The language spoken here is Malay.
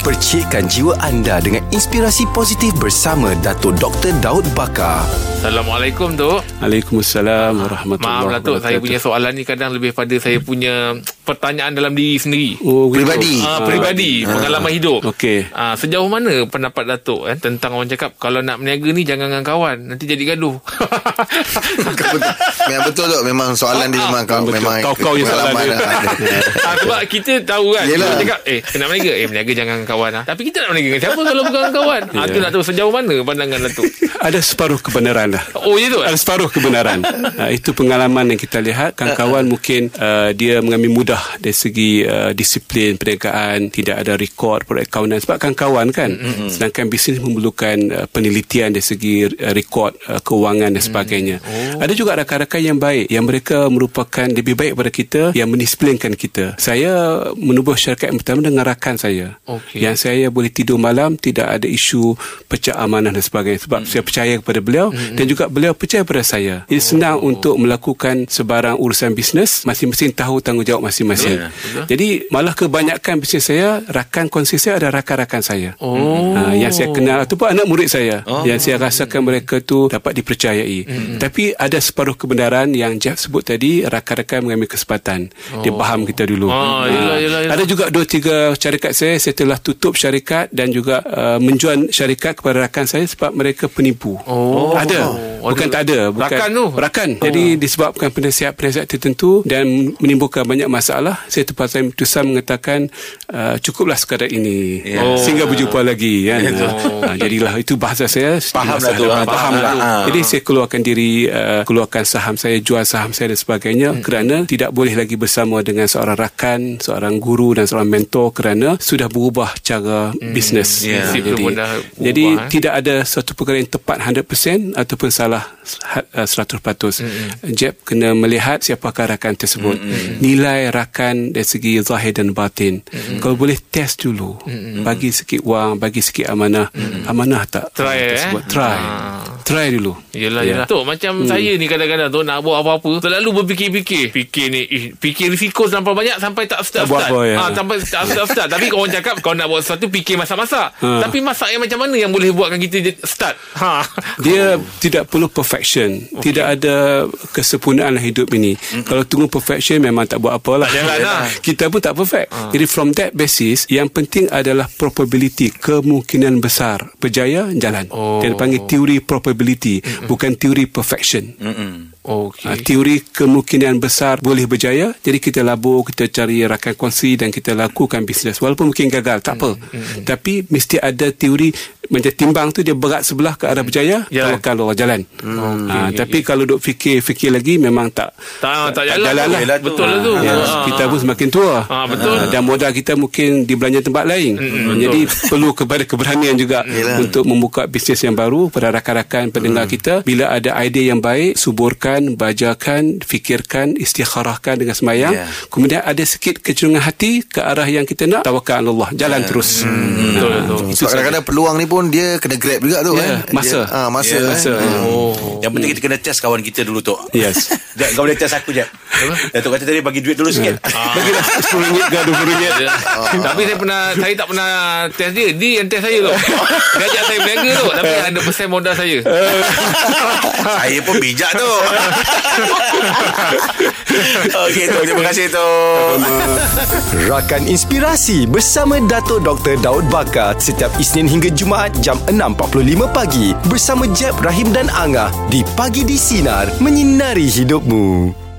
Percikkan jiwa anda dengan inspirasi positif bersama Dato' Dr. Daud Bakar. Assalamualaikum Tok Waalaikumsalam warahmatullahi Maaf lah Tok Saya punya soalan ni kadang lebih pada Saya punya pertanyaan dalam diri sendiri oh, gitu. Peribadi. Ah, Peribadi Pengalaman hidup Okey. Ah, Sejauh mana pendapat Datuk eh, Tentang orang cakap Kalau nak berniaga ni Jangan dengan kawan Nanti jadi gaduh Memang betul tu Memang soalan dia memang kau Ah, Betul. memang Kau-kau je soalan pengalaman lah. dia. dah ada. ah, Sebab kita tahu kan Yelah. Yelah. Kita cakap Eh nak berniaga Eh berniaga jangan dengan kawan lah. Tapi kita nak berniaga dengan siapa Kalau bukan dengan kawan yeah. ah, tu Yeah. nak tahu sejauh mana Pandangan Datuk Ada separuh kebenaran lah Oh ya Tok Ada separuh kebenaran ha, Itu pengalaman yang kita lihat Kawan-kawan mungkin uh, Dia mengambil mudah Dari segi uh, disiplin Perniagaan Tidak ada rekod Perakaunan Sebab kawan-kawan kan mm-hmm. Sedangkan bisnes memerlukan uh, Penelitian dari segi uh, Rekod uh, Kewangan dan sebagainya oh. Ada juga rakan-rakan yang baik Yang mereka merupakan Lebih baik pada kita Yang mendisiplinkan kita Saya menubuh syarikat yang pertama Dengan rakan saya Okey. Yang saya boleh tidur malam tidak ada isu pecah amanah dan sebagainya sebab saya percaya kepada beliau dan juga beliau percaya pada saya. Ia senang untuk melakukan sebarang urusan bisnes masing-masing tahu tanggungjawab masing-masing. Jadi malah kebanyakan bisnes saya rakan kongsi saya ada rakan-rakan saya. Oh. Ha, yang saya kenal ataupun anak murid saya oh. yang saya rasakan mereka tu dapat dipercayai. Tapi ada separuh kebenaran yang Jeff sebut tadi rakan-rakan mengambil kesempatan. Dia faham kita dulu. Ah, Ha. yelah, yelah, yelah. Ada juga dua tiga syarikat saya saya telah tutup syarikat dan juga uh, menjual syarikat kepada rakan saya sebab mereka penipu. Oh. Ada. Bukan Ada. tak ada, bukan. Rakan tu? Rakan. Jadi disebabkan penasihat-penasihat tertentu dan menimbulkan banyak masalah, saya terpaksa bertusan mengatakan uh, cukuplah sekadar ini. Yeah. Oh. Oh. Sehingga berjumpa lagi kan. Ah, jadilah itu bahasa saya. Faham lah Masalah tu, dalam- faham Faham lah. lah. Ah. Jadi saya keluarkan diri uh, keluarkan saham saya jual saham saya dan sebagainya hmm. kerana tidak boleh lagi bersama dengan seorang rakan, seorang guru dan seorang mentor kerana sudah berubah cara hmm. bisnes. Ya. Ah, Prinsip tu Jadi, pun dah berubah, jadi eh. tidak ada satu perkara yang tepat 100% ataupun salah ha- uh, 100%. Hmm. Jeb kena melihat siapakah rakan tersebut. Hmm. Nilai rakan dari segi zahir dan batin. Hmm. Kalau boleh test dulu. Hmm. Bagi sikit wang, bagi sikit amanah. Hmm. Amanah tak? Try, orang eh? tersebut. Try. Ah. Try dulu. Yelah, Ya. yelah. Tok, macam hmm. saya ni kadang-kadang Tok nak buat apa-apa Selalu berfikir-fikir Fikir ni eh, Fikir risiko terlampau banyak Sampai tak start-start buat apa, ya. ha, Sampai tak start-start Tapi orang cakap Kau nak buat sesuatu Fikir masak-masak Ha. Tapi masak yang macam mana Yang boleh buatkan kita je- start ha. Dia tidak perlu perfection. Okay. Tidak ada kesempurnaan dalam hidup ini. Mm-hmm. Kalau tunggu perfection memang tak buat apalah. Tak jalan lah. Ah. Kita pun tak perfect. Jadi from that basis yang penting adalah probability, kemungkinan besar berjaya jalan. Oh. Dia panggil teori probability, mm-hmm. bukan teori perfection. Ha, Okay teori kemungkinan besar boleh berjaya jadi kita labur kita cari rakan kongsi dan kita lakukan bisnes walaupun mungkin gagal tak apa tapi mesti ada teori macam timbang tu dia berat sebelah ke arah berjaya Jalan. kalau kalau jalan ha, tapi kalau duk fikir fikir lagi memang tak Tak, tak jalan, jalan tu. lah. Yelah tu. Betul lah tu. Ya, Ah. kita pun semakin tua Ah, betul. Ah, dan modal kita mungkin dibelanja tempat lain Ah, jadi perlu kepada keberanian juga untuk membuka bisnes yang baru pada rakan-rakan pendengar kita bila ada idea yang baik suburkan bajakan fikirkan istikharahkan dengan semayang Ya. kemudian ada sikit kecenderungan hati ke arah yang kita nak tawakal Allah jalan terus Ya. Ah. Betul lah tu. Sebab kadang-kadang peluang ni pun Dia kena grab juga tu Ya, kan masa. Dia- ah, Masa Ya, kan? Rasa, Oh Yang penting kita kena test kawan kita dulu Tok Yes. Jap, Kau boleh test aku Jap Datuk kata tadi bagi duit dulu sikit Bagilah RM10 ke RM20 Ya. Tapi saya pernah Saya tak pernah Test dia Dia yang test saya tu Dia ajak saya berniaga tu Tapi Eh. 100% modal saya Saya pun bijak tu Okey Tok Terima kasih Tok Rakan Inspirasi bersama Dato' Dr. Daud Bakar setiap Isnin hingga Jumaat jam 6.45 pagi bersama Jeb, Rahim dan Angah di Pagi di Sinar menyinari hidupmu.